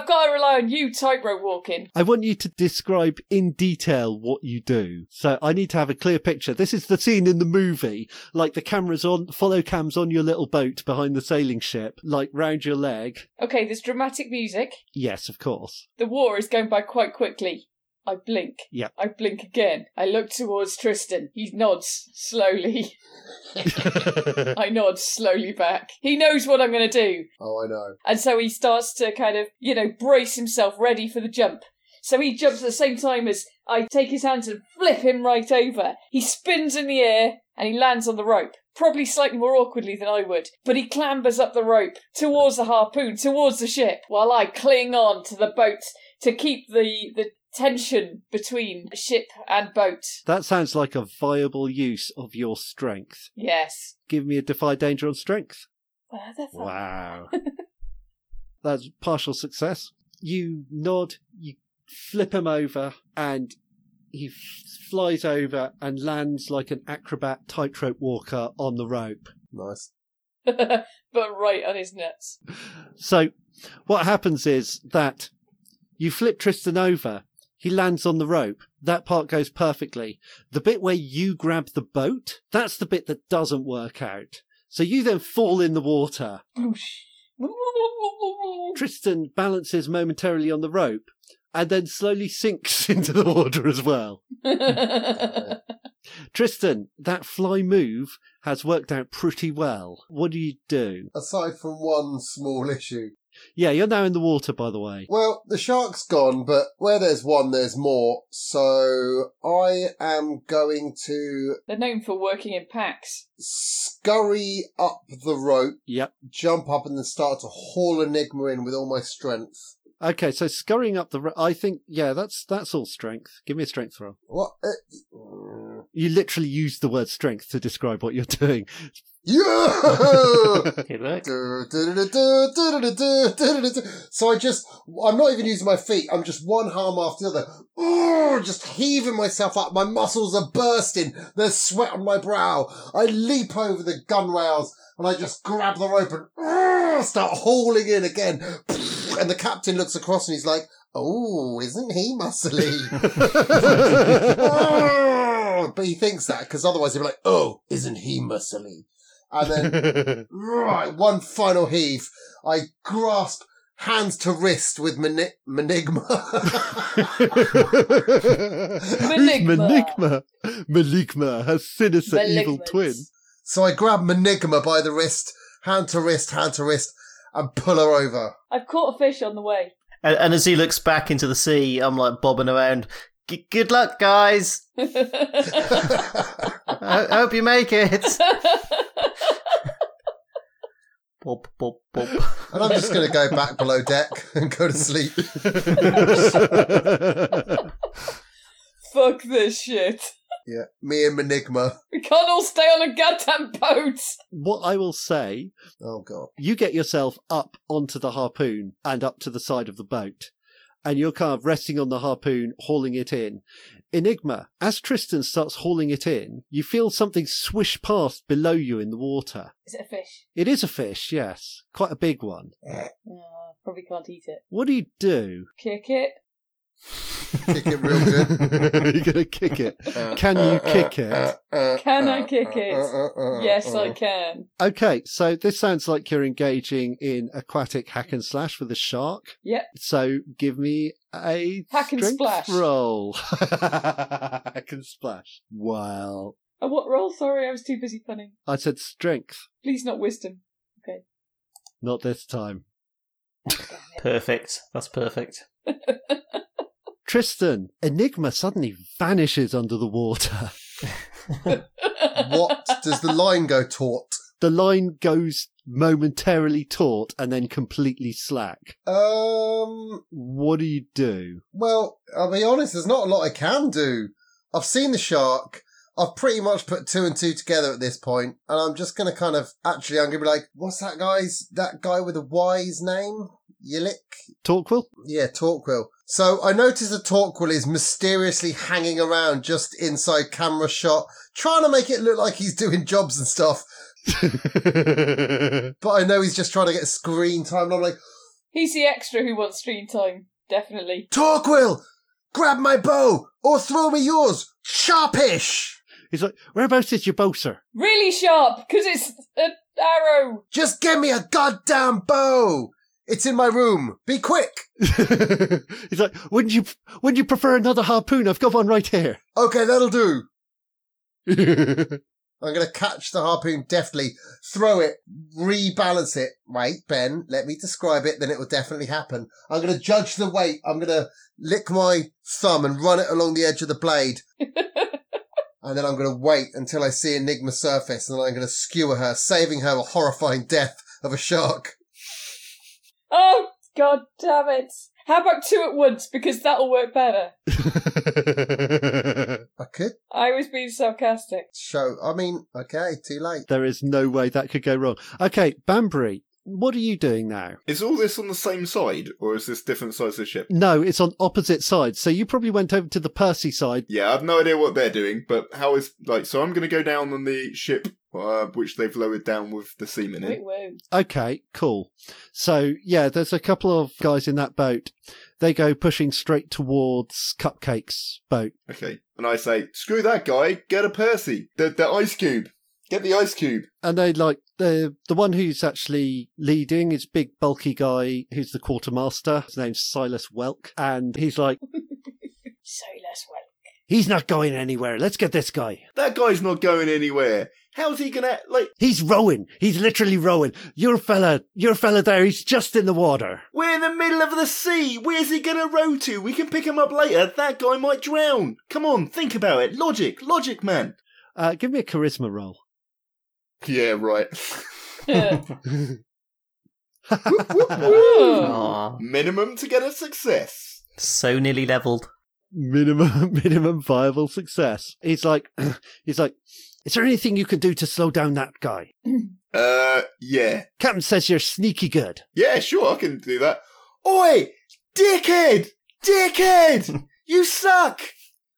Speaker 4: I've got to rely on you tightrope walking.
Speaker 1: I want you to describe in detail what you do. So I need to have a clear picture. This is the scene in the movie. Like the camera's on, follow cams on your little boat behind the sailing ship, like round your leg.
Speaker 4: Okay, there's dramatic music.
Speaker 1: Yes, of course.
Speaker 4: The war is going by quite quickly. I blink.
Speaker 1: Yeah.
Speaker 4: I blink again. I look towards Tristan. He nods slowly. I nod slowly back. He knows what I'm going to do.
Speaker 2: Oh, I know.
Speaker 4: And so he starts to kind of, you know, brace himself ready for the jump. So he jumps at the same time as I take his hands and flip him right over. He spins in the air and he lands on the rope. Probably slightly more awkwardly than I would, but he clambers up the rope towards the harpoon, towards the ship, while I cling on to the boat to keep the, the tension between ship and boat.
Speaker 1: That sounds like a viable use of your strength.
Speaker 4: Yes.
Speaker 1: Give me a defy danger on strength.
Speaker 4: Where the fuck?
Speaker 1: Wow. That's partial success. You nod, you flip him over, and he f- flies over and lands like an acrobat tightrope walker on the rope.
Speaker 2: Nice.
Speaker 4: but right on his nuts.
Speaker 1: So, what happens is that you flip Tristan over, he lands on the rope. That part goes perfectly. The bit where you grab the boat, that's the bit that doesn't work out. So you then fall in the water. Tristan balances momentarily on the rope and then slowly sinks into the water as well. Tristan, that fly move has worked out pretty well. What do you do?
Speaker 2: Aside from one small issue.
Speaker 1: Yeah, you're now in the water, by the way.
Speaker 2: Well, the shark's gone, but where there's one, there's more. So I am going to
Speaker 4: They're known for working in packs.
Speaker 2: scurry up the rope,
Speaker 1: Yep.
Speaker 2: jump up, and then start to haul Enigma in with all my strength.
Speaker 1: Okay, so scurrying up the. Ro- I think, yeah, that's that's all strength. Give me a strength roll.
Speaker 2: What? Uh,
Speaker 1: You literally used the word strength to describe what you're doing.
Speaker 2: yeah!
Speaker 3: Good luck.
Speaker 2: So I just, I'm not even using my feet. I'm just one arm after the other. Oh, just heaving myself up. My muscles are bursting. There's sweat on my brow. I leap over the gun rails and I just grab the rope and oh, start hauling in again. And the captain looks across and he's like, Oh, isn't he muscly? Oh, but he thinks that because otherwise he'd be like, Oh, isn't he muscly? And then Right, one final heave. I grasp hands to wrist with mani- Manigma.
Speaker 1: Maligma. Maligma has sinister evil
Speaker 4: Malignant.
Speaker 1: twin.
Speaker 2: so I grab Manigma by the wrist, hand to wrist, hand to wrist, and pull her over.
Speaker 4: I've caught a fish on the way.
Speaker 3: And, and as he looks back into the sea, I'm like bobbing around. "G- good luck, guys. I I hope you make it. Bob, bob, bob.
Speaker 2: And I'm just going to go back below deck and go to sleep.
Speaker 4: Fuck this shit.
Speaker 2: Yeah, me and Enigma.
Speaker 4: We can't all stay on a goddamn boat.
Speaker 1: what I will say,
Speaker 2: Oh god.
Speaker 1: you get yourself up onto the harpoon and up to the side of the boat, and you're kind of resting on the harpoon, hauling it in. Enigma, as Tristan starts hauling it in, you feel something swish past below you in the water.
Speaker 4: Is it a fish?
Speaker 1: It is a fish, yes, quite a big one.
Speaker 4: Uh, probably can't eat it.
Speaker 1: What do you do?
Speaker 4: Kick it.
Speaker 2: Kick it real good.
Speaker 1: You're gonna kick it. Can you kick it?
Speaker 4: Can I kick it? yes, I can.
Speaker 1: Okay, so this sounds like you're engaging in aquatic hack and slash with a shark.
Speaker 4: Yep.
Speaker 1: So give me a
Speaker 4: Hack and
Speaker 1: strength
Speaker 4: splash.
Speaker 1: roll. hack and splash. Well,
Speaker 4: And what roll? Sorry, I was too busy punning.
Speaker 1: I said strength,
Speaker 4: Please, not wisdom.
Speaker 1: not this time.
Speaker 3: Perfect. That's perfect.
Speaker 1: Tristan, Enigma suddenly vanishes under the water.
Speaker 2: What does the line go taut?
Speaker 1: The line goes momentarily taut and then completely slack.
Speaker 2: Um.
Speaker 1: What do you do?
Speaker 2: Well, I'll be honest. There's not a lot I can do. I've seen the shark. I've pretty much put two and two together at this point, and I'm just gonna kind of actually, I'm gonna be like, what's that guy's? That guy with the Y's name? Yilick?
Speaker 1: Torquil?
Speaker 2: Yeah, Torquil. So I noticed that Torquil is mysteriously hanging around just inside camera shot, trying to make it look like he's doing jobs and stuff. But I know he's just trying to get screen time. And I'm like,
Speaker 4: He's the extra who wants stream time. Definitely.
Speaker 2: Torquil, grab my bow or throw me yours. Sharpish.
Speaker 1: He's like, whereabouts is your bow, sir?
Speaker 4: Really sharp, because it's an arrow.
Speaker 2: Just give me a goddamn bow. It's in my room. Be quick.
Speaker 1: He's like, wouldn't you, wouldn't you prefer another harpoon? I've got one right here.
Speaker 2: Okay, that'll do. I'm going to catch the harpoon deftly, throw it, rebalance it. Wait, Ben, let me describe it, then it will definitely happen. I'm going to judge the weight. I'm going to lick my thumb and run it along the edge of the blade. and then I'm going to wait until I see Enigma surface, and then I'm going to skewer her, saving her a horrifying death of a shark.
Speaker 4: Oh, god damn it. How about two at once, because that'll work better.
Speaker 2: I could
Speaker 4: I was being sarcastic.
Speaker 2: show. I mean, okay, too late.
Speaker 1: there is no way that could go wrong. Okay, Banbury, what are you doing now?
Speaker 5: Is all this on the same side, or is this different sides of ship?
Speaker 1: No, it's on opposite sides. So you probably went over to the Percy side.
Speaker 5: Yeah, I've no idea what they're doing, but how is like? So I'm going to go down on the ship, uh, which they've lowered down with the seamen
Speaker 4: It
Speaker 5: in.
Speaker 4: won't.
Speaker 1: Okay, cool. So yeah, there's a couple of guys in that boat. They go pushing straight towards Cupcake's boat.
Speaker 5: Okay, and I say, screw that guy, get a Percy, the the ice cube, get the ice cube.
Speaker 1: And they like the the one who's actually leading is big bulky guy who's the quartermaster. His name's Silas Welk, and he's like,
Speaker 4: So less well.
Speaker 1: he's not going anywhere. Let's get this guy.
Speaker 5: That guy's not going anywhere. How's he gonna like?
Speaker 1: He's rowing. He's literally rowing. Your fella, your fella there, he's just in the water.
Speaker 5: We're in the middle of the sea. Where's he gonna row to? We can pick him up later. That guy might drown. Come on, think about it. Logic, logic, man.
Speaker 1: Uh, give me a charisma roll.
Speaker 5: Yeah, right.
Speaker 3: Oh.
Speaker 4: Ooh.
Speaker 3: Aw.
Speaker 5: Minimum to get a success.
Speaker 3: So nearly leveled.
Speaker 1: minimum minimum viable success. He's like, he's like, is there anything you can do to slow down that guy?
Speaker 5: Uh, yeah.
Speaker 1: Captain says you're sneaky good.
Speaker 5: Yeah, sure, I can do that. Oi! Dickhead! Dickhead! you suck!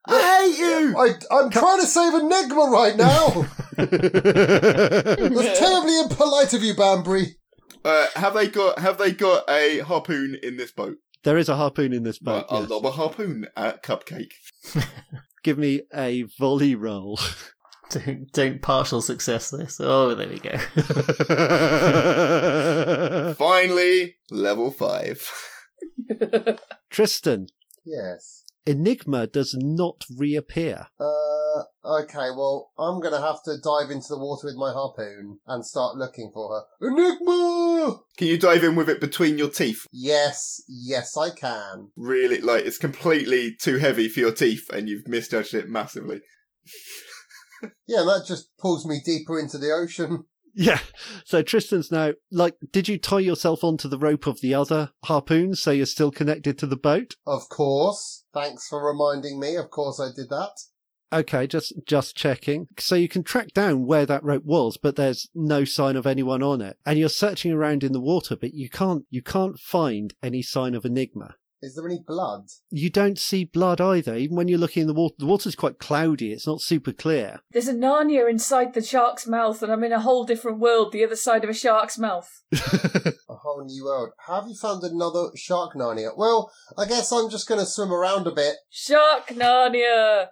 Speaker 5: I hate you!
Speaker 2: I, I'm trying to save Enigma right now. That's terribly impolite of you, Banbury.
Speaker 5: Uh, have they got have they got a harpoon in this boat?
Speaker 1: There is a harpoon in this boat.
Speaker 5: Right, I'll
Speaker 1: yes.
Speaker 5: lob a harpoon at Cupcake.
Speaker 1: Give me a volley roll.
Speaker 3: Don't, don't partial success this. Oh, there we go.
Speaker 5: Finally, level five.
Speaker 1: Tristan,
Speaker 2: Yes.
Speaker 1: Enigma does not reappear.
Speaker 2: Uh, okay, well, I'm gonna have to dive into the water with my harpoon and start looking for her. Enigma!
Speaker 5: Can you dive in with it between your teeth?
Speaker 2: Yes, yes, I can.
Speaker 5: Really, like, it's completely too heavy for your teeth and you've misjudged it massively.
Speaker 2: Yeah, that just pulls me deeper into the ocean.
Speaker 1: Yeah. So Tristan's now like, did you tie yourself onto the rope of the other harpoon so you're still connected to the boat?
Speaker 2: Of course. Thanks for reminding me. Of course I did that.
Speaker 1: Okay, just just checking. So you can track down where that rope was, but there's no sign of anyone on it. And you're searching around in the water, but you can't you can't find any sign of Enigma.
Speaker 2: Is there any blood?
Speaker 1: You don't see blood either, even when you're looking in the water. The water's quite cloudy; it's not super clear.
Speaker 4: There's a Narnia inside the shark's mouth, and I'm in a whole different world the other side of a shark's mouth.
Speaker 2: A whole new world. Have you found another shark Narnia? Well, I guess I'm just gonna swim around a bit.
Speaker 4: Shark Narnia!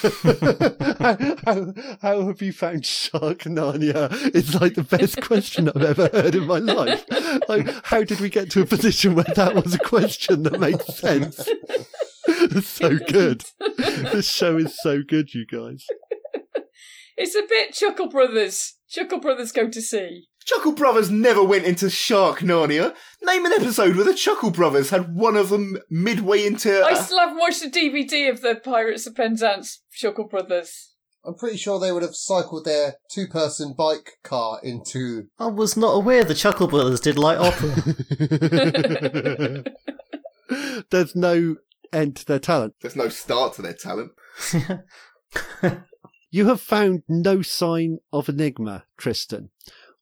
Speaker 1: how, how, how have you found Shark Narnia? It's like the best question I've ever heard in my life. Like, how did we get to a position where that was a question that made sense? It's so good. This show is so good, you guys.
Speaker 4: It's a bit Chuckle Brothers. Chuckle Brothers go to sea.
Speaker 5: Chuckle Brothers never went into Shark Narnia. Name an episode where the Chuckle Brothers had one of them midway into. uh,
Speaker 4: I still haven't watched the DVD of the Pirates of Penzance Chuckle Brothers.
Speaker 2: I'm pretty sure they would have cycled their two person bike car into.
Speaker 3: I was not aware the Chuckle Brothers did light opera.
Speaker 1: There's no end to their talent.
Speaker 5: There's no start to their talent.
Speaker 1: You have found no sign of Enigma, Tristan.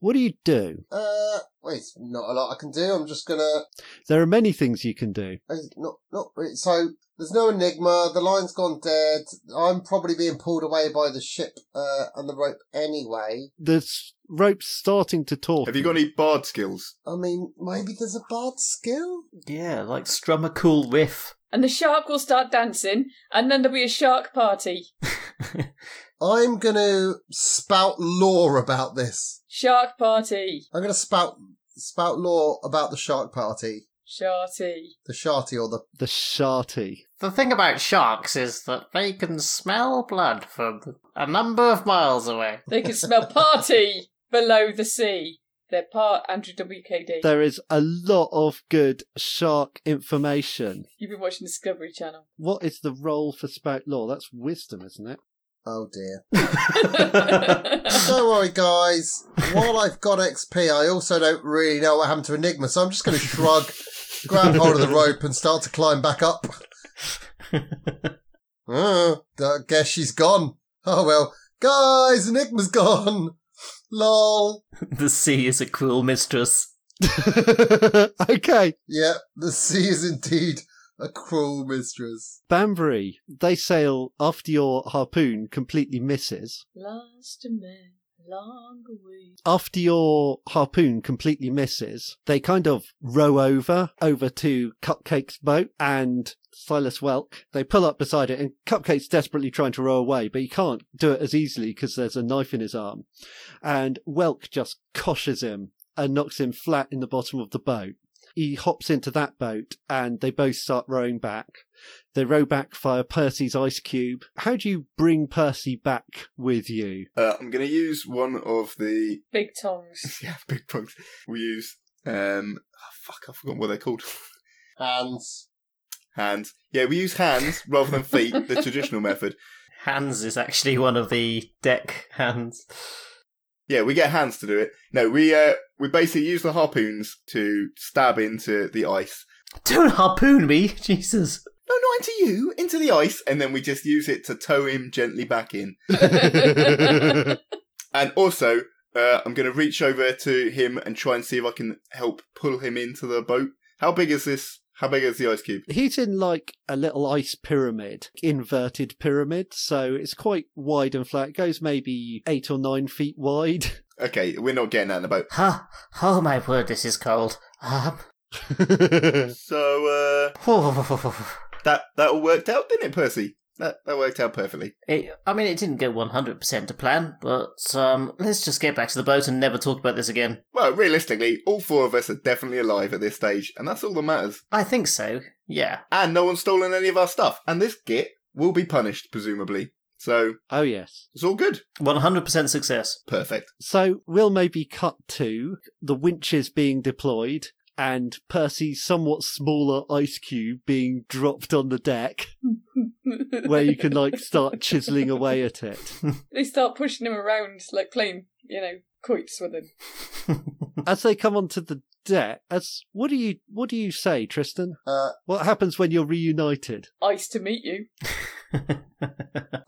Speaker 1: What do you do?
Speaker 2: Uh, wait, not a lot I can do. I'm just gonna.
Speaker 1: There are many things you can do.
Speaker 2: uh, Not, not really. So, there's no Enigma. The line's gone dead. I'm probably being pulled away by the ship uh, and the rope anyway.
Speaker 1: The s- rope's starting to talk.
Speaker 5: Have you got any bard skills?
Speaker 2: I mean, maybe there's a bard skill?
Speaker 3: yeah, like strum a cool riff.
Speaker 4: And the shark will start dancing, and then there'll be a shark party.
Speaker 2: I'm gonna spout lore about this.
Speaker 4: Shark party.
Speaker 2: I'm gonna spout spout lore about the shark party,
Speaker 4: Sharty.
Speaker 2: the sharty or the
Speaker 1: the sharty?
Speaker 6: The thing about sharks is that they can smell blood from a number of miles away.
Speaker 4: They can smell party below the sea. They're part Andrew WKD.
Speaker 1: There is a lot of good shark information.
Speaker 4: You've been watching Discovery Channel.
Speaker 1: What is the role for spout law? That's wisdom, isn't it?
Speaker 2: oh dear. Don't worry, guys. While I've got XP, I also don't really know what happened to Enigma, so I'm just gonna shrug, grab hold of the rope, and start to climb back up. Uh, I guess she's gone. Oh well, guys, Enigma's gone. Lol.
Speaker 3: the sea is a cruel mistress.
Speaker 1: okay.
Speaker 2: Yeah, the sea is indeed a cruel mistress.
Speaker 1: Banbury, they sail after your harpoon completely misses.
Speaker 4: Last a man, long way.
Speaker 1: After your harpoon completely misses, they kind of row over, over to Cupcake's boat and Silas Welk. They pull up beside it and Cupcake's desperately trying to row away, but he can't do it as easily because there's a knife in his arm. And Welk just coshes him and knocks him flat in the bottom of the boat. He hops into that boat and they both start rowing back. They row back via Percy's ice cube. How do you bring Percy back with you?
Speaker 5: Uh, I'm going to use one of the.
Speaker 4: Big tongs.
Speaker 5: Yeah, big trunks. We use. um oh, Fuck, I forgot what they're called.
Speaker 2: And
Speaker 5: Hands. Yeah, we use hands rather than feet, the traditional method.
Speaker 3: Hands is actually one of the deck hands.
Speaker 5: Yeah, we get hands to do it. No, we uh, we basically use the harpoons to stab into the ice.
Speaker 3: Don't harpoon me, Jesus.
Speaker 5: No, not into you, into the ice, and then we just use it to tow him gently back in. And also, uh, I'm going to reach over to him and try and see if I can help pull him into the boat. How big is this? How big is the ice cube?
Speaker 1: He's in like a little ice pyramid, inverted pyramid, so it's quite wide and flat. It goes maybe eight or nine feet wide.
Speaker 5: Okay, we're not getting out in the boat.
Speaker 6: Huh? Oh my word, this is cold. Um,
Speaker 5: So uh, that that all worked out, didn't it, Percy? That that worked out perfectly.
Speaker 6: it, I mean, it didn't go 100% to plan, but um, let's just get back to the boat and never talk about this again.
Speaker 5: Well, realistically, all four of us are definitely alive at this stage, and that's all that matters.
Speaker 6: I think so.
Speaker 3: Yeah.
Speaker 5: And no one's stolen any of our stuff. And this git will be punished, presumably. So
Speaker 1: Oh, yes.
Speaker 5: it's all good.
Speaker 3: 100% success.
Speaker 5: Perfect.
Speaker 1: So we'll maybe cut to the winches being deployed and Percy's somewhat smaller ice cube being dropped on the deck where you can like start chiseling away at it.
Speaker 4: They start pushing him around, like playing, you know, quoits with him.
Speaker 1: As they come onto the deck, as what do you what do you say, Tristan?
Speaker 2: Uh,
Speaker 1: What happens when you're reunited?
Speaker 4: Nice to meet you.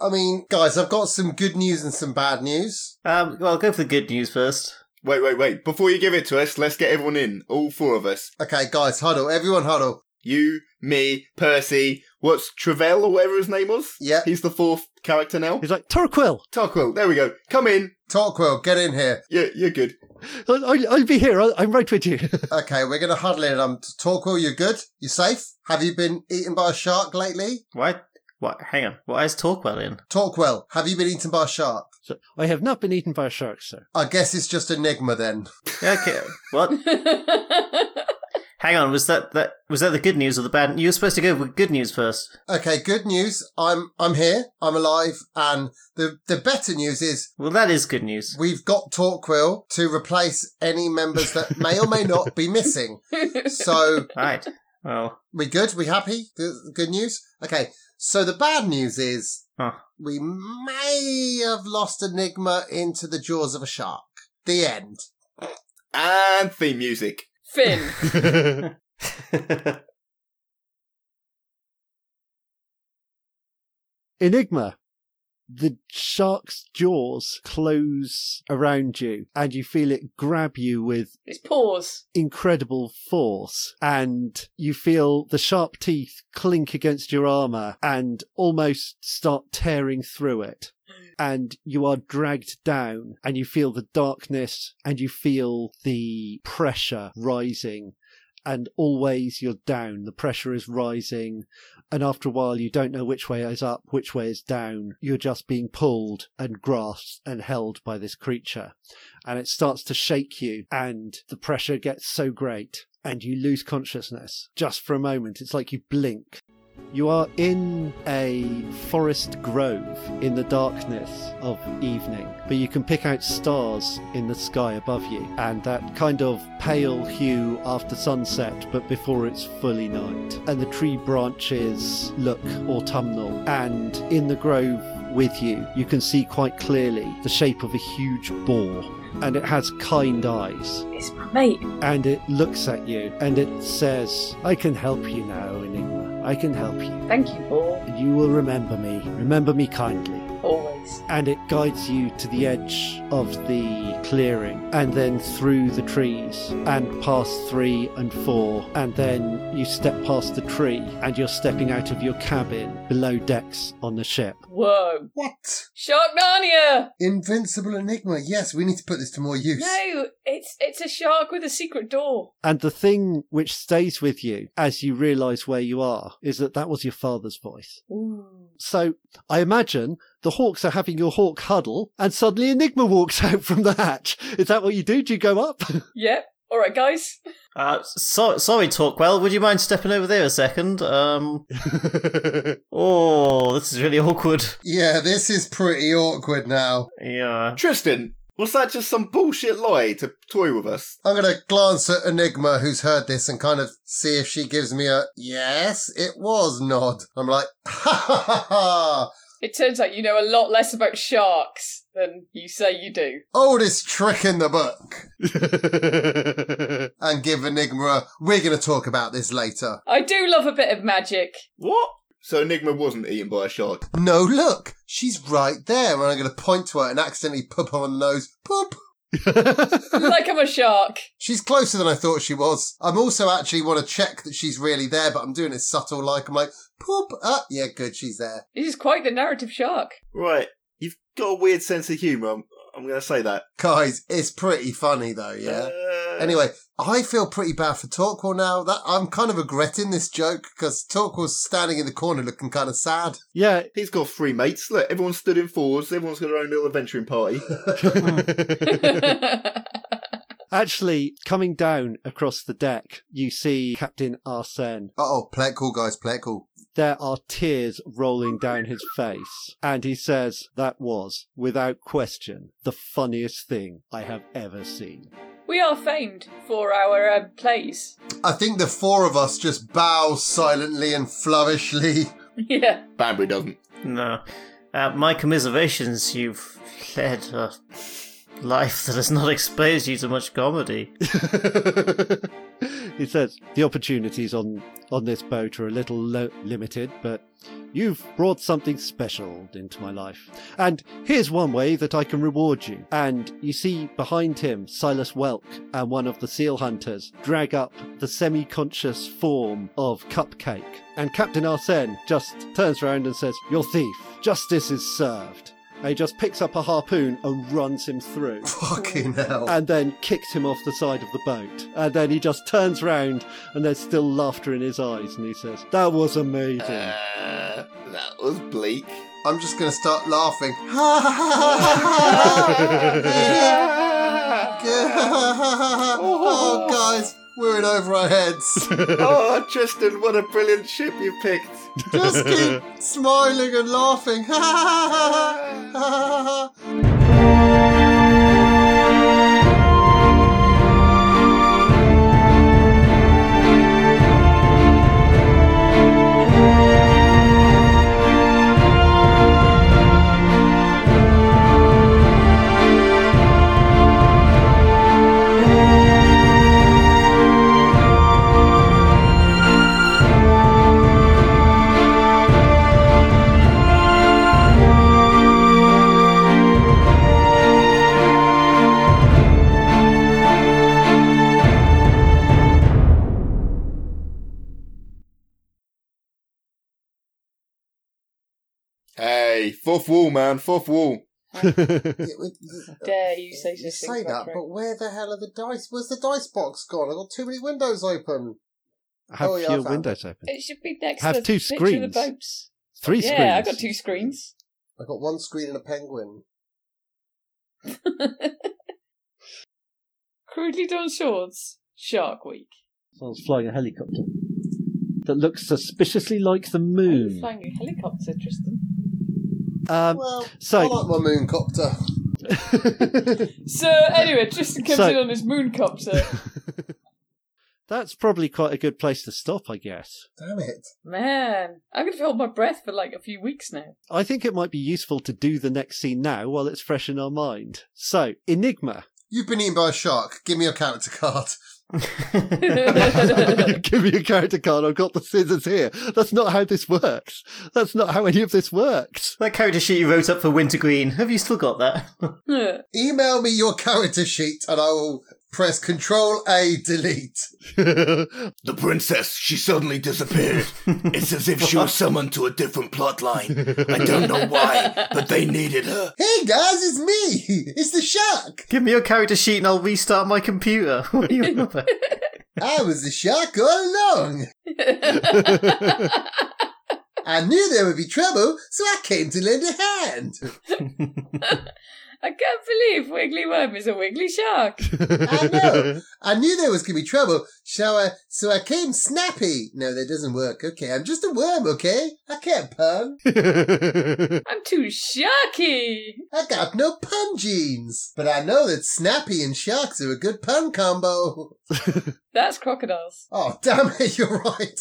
Speaker 2: I mean, guys, I've got some good news and some bad news.
Speaker 3: Um, well, go for the good news first.
Speaker 5: Wait, wait, wait. Before you give it to us, let's get everyone in. All four of us.
Speaker 2: Okay, guys, huddle. Everyone huddle.
Speaker 5: You, me, Percy. What's Travell or whatever his name was?
Speaker 2: Yeah.
Speaker 5: He's the fourth character now.
Speaker 1: He's like, Torquil,
Speaker 5: Tarquil, there we go. Come in.
Speaker 2: Torquil, get in here.
Speaker 5: Yeah, you're good.
Speaker 1: I'll, I'll- I'll be here. I'll, I'm right with you.
Speaker 2: Okay, we're going to huddle in. Um, Torquil, you're good? You're safe? Have you been eaten by a shark lately?
Speaker 3: Why? What? Hang on. Why is Torquil in?
Speaker 2: Torquil, have you been eaten by a shark?
Speaker 1: so, I have not been eaten by a shark, sir.
Speaker 2: I guess it's just Enigma then.
Speaker 3: Okay. what? Hang on. Was that that? Was that the good news or the bad? You were supposed to go with good news first.
Speaker 2: Okay, good news. I'm I'm here. I'm alive. And the the better news is
Speaker 3: Well, that is good news.
Speaker 2: we've got Torquil to replace any members that may or may not be missing. So
Speaker 3: Right. Well,
Speaker 2: we good? We happy? Good, good news. Okay. So the bad news is
Speaker 3: Huh.
Speaker 2: we may have lost Enigma into the jaws of a shark. The end.
Speaker 5: And theme music.
Speaker 4: Finn.
Speaker 1: Enigma. The shark's jaws close around you, and you feel it grab you with
Speaker 4: It's paws.
Speaker 1: incredible force. And you feel the sharp teeth clink against your armor and almost start tearing through it. And you are dragged down, and you feel the darkness, and you feel the pressure rising. And always you're down. The pressure is rising. And after a while, you don't know which way is up, which way is down. You're just being pulled and grasped and held by this creature. And it starts to shake you, and the pressure gets so great, and you lose consciousness just for a moment. It's like you blink. You are in a forest grove in the darkness of evening, but you can pick out stars in the sky above you and that kind of pale hue after sunset, but before it's fully night. And the tree branches look autumnal, and in the grove with you, you can see quite clearly the shape of a huge boar, and it has kind eyes
Speaker 4: It's my mate.
Speaker 1: and it looks at you and it says, I can help you now, Enigma. I can help you.
Speaker 4: Thank you, Paul.
Speaker 1: And you will remember me. Remember me kindly.
Speaker 4: Always.
Speaker 1: And it guides you to the edge of the clearing and then through the trees and past three and four. And then you step past the tree and you're stepping out of your cabin below decks on the ship.
Speaker 4: Whoa.
Speaker 2: What?
Speaker 4: Shark Narnia!
Speaker 2: Invincible Enigma. Yes, we need to put this to more use.
Speaker 4: No, it's it's a shark with a secret door.
Speaker 1: And the thing which stays with you as you realize where you are is that that was your father's voice.
Speaker 4: Ooh.
Speaker 1: So I imagine the Hawks are having your Hawk huddle, and suddenly Enigma walks out from the hatch. Is that what you do? Do you go up?
Speaker 4: Yep. All right, guys.
Speaker 3: uh, so, sorry, Torquil. Would you mind stepping over there a second? Um. Oh, this is really awkward.
Speaker 2: Yeah, this is pretty awkward now.
Speaker 3: Yeah.
Speaker 5: Tristan, was that just some bullshit lie to toy with us?
Speaker 2: I'm going to glance at Enigma, who's heard this, and kind of see if she gives me a yes, it was nod. I'm like, ha ha ha ha.
Speaker 4: It turns out you know a lot less about sharks than you say you do.
Speaker 2: Oldest trick in the book. And give Enigma a, we're going to talk about this later.
Speaker 4: I do love a bit of magic.
Speaker 5: What? So Enigma wasn't eaten by a shark.
Speaker 2: No, look, she's right there. And I'm going to point to her and accidentally pop her on the nose. Poop.
Speaker 4: like I'm a shark.
Speaker 2: She's closer than I thought she was. I'm also actually want to check that she's really there, but I'm doing it subtle like I'm like, poop. Ah, yeah, good, she's there.
Speaker 4: This is quite the narrative shark.
Speaker 5: Right, you've got a weird sense of humour. I'm, I'm going to say that.
Speaker 2: Guys, it's pretty funny though, yeah?
Speaker 5: Uh,
Speaker 2: Anyway, I feel pretty bad for Torquil now. That I'm kind of regretting this joke because Torquil's standing in the corner looking kind of sad.
Speaker 1: yeah.
Speaker 5: He's got three mates. Look, everyone stood in fours. Everyone's got their own little adventuring party.
Speaker 4: That's
Speaker 1: Actually, coming down across the deck, you see Captain Arsene.
Speaker 2: Oh, play it cool, guys. Play it cool.
Speaker 1: There are tears rolling down his face, and he says, That was, without question, the funniest thing I have ever seen.
Speaker 4: We are famed for our um, plays.
Speaker 2: I think the four of us just bow silently and flourishly.
Speaker 4: yeah.
Speaker 5: Banbury doesn't.
Speaker 3: No. Uh, my commiserations, you've led a life that has not exposed you to much comedy.
Speaker 1: he says, The opportunities on, on this boat are a little lo- limited, but you've brought something special into my life. And here's one way that I can reward you. And you see behind him Silas Welk and one of the seal hunters drag up the semi conscious form of Cupcake. And Captain Arsene just turns around and says, You're thief. Justice is served. And he just picks up a harpoon and runs him through
Speaker 2: Fucking hell.
Speaker 1: and then kicks him off the side of the boat. And then he just turns round and there's still laughter in his eyes and he says, That was amazing.
Speaker 5: Uh, that was bleak.
Speaker 2: I'm just going to start laughing.
Speaker 1: Ah.
Speaker 2: oh, guys, we're in over our heads.
Speaker 5: oh, Tristan, what a brilliant ship you picked.
Speaker 2: Just keep smiling and laughing.
Speaker 5: Hey, fourth wall, man, fourth wall.
Speaker 4: Dare you say
Speaker 2: You
Speaker 4: such
Speaker 2: say
Speaker 4: things,
Speaker 2: that,
Speaker 4: Patrick.
Speaker 2: but where the hell are the dice? Where's the dice box gone? I've got too many windows open.
Speaker 1: Have
Speaker 2: Oh, yeah, I
Speaker 1: your
Speaker 2: found
Speaker 1: windows open.
Speaker 4: It should be next
Speaker 1: Have
Speaker 4: to
Speaker 1: two
Speaker 4: the picture of
Speaker 1: screens.
Speaker 4: the boats.
Speaker 1: Three
Speaker 4: yeah,
Speaker 1: screens.
Speaker 4: I've got two screens.
Speaker 2: I've got one screen and a penguin.
Speaker 4: Crudely done shorts. Shark Week.
Speaker 1: Someone's flying a helicopter that looks suspiciously like the
Speaker 4: Are
Speaker 1: moon.
Speaker 4: you flying a helicopter, Tristan?
Speaker 1: Um,
Speaker 2: Well, I
Speaker 1: so,
Speaker 2: like my mooncopter.
Speaker 4: So anyway, Tristan comes
Speaker 1: So-
Speaker 4: in on his mooncopter.
Speaker 1: that's probably quite a good place to stop, I guess.
Speaker 2: Damn it.
Speaker 4: Man, I'm gonna hold my breath for like a few weeks now.
Speaker 1: I think it might be useful to do the next scene now while it's fresh in our mind. So, Enigma.
Speaker 2: You've been eaten by a shark. Give me your character card.
Speaker 1: Give me a character card. I've got the scissors here. That's not how this works. That's not how any of this works.
Speaker 3: that character sheet you wrote up for Wintergreen, have you still got that?
Speaker 2: Email me your character sheet and I will press Control A delete.
Speaker 5: The princess, she suddenly disappeared. It's as if she was summoned to a different plot line. I don't know why, but they needed her.
Speaker 2: Hey guys, it's me! It's the shark!
Speaker 3: Give me your character sheet and I'll restart my computer. What are you on about?
Speaker 2: I was the shark all along! I knew there would be trouble, so I came to lend a hand!
Speaker 4: I can't believe Wiggly Worm is a wiggly shark.
Speaker 2: I know! I knew there was gonna be trouble, so I, so I came snappy! No, that doesn't work, okay, I'm just a worm, okay? I can't pun!
Speaker 4: I'm too sharky.
Speaker 2: I got no pun genes! But I know that snappy and sharks are a good pun combo!
Speaker 4: That's crocodiles.
Speaker 2: Oh, damn it, you're right!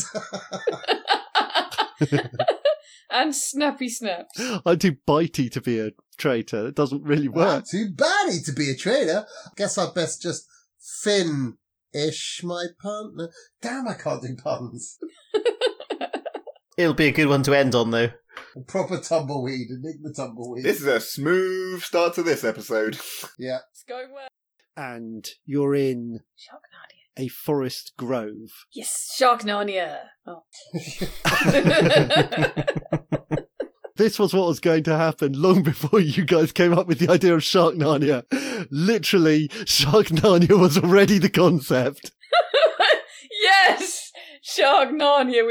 Speaker 4: and snappy snaps.
Speaker 1: I'm too bitey to be a traitor. It doesn't really
Speaker 2: Well,
Speaker 1: work.
Speaker 2: too batty to be a traitor. Guess I'd best just fin ish my pun. No, Damn, I can't do puns.
Speaker 3: It'll be a good one to end on, though.
Speaker 2: Proper tumbleweed, enigma tumbleweed.
Speaker 5: This is a smooth start to this episode.
Speaker 2: yeah.
Speaker 4: It's going well.
Speaker 1: And you're in
Speaker 4: Shark Narnia.
Speaker 1: a forest grove.
Speaker 4: Yes, Shark Narnia. Oh.
Speaker 1: This was what was going to happen long before you guys came up with the idea of Shark Narnia. Literally, Shark Narnia was already the concept.
Speaker 4: yes, Shark Narnia. We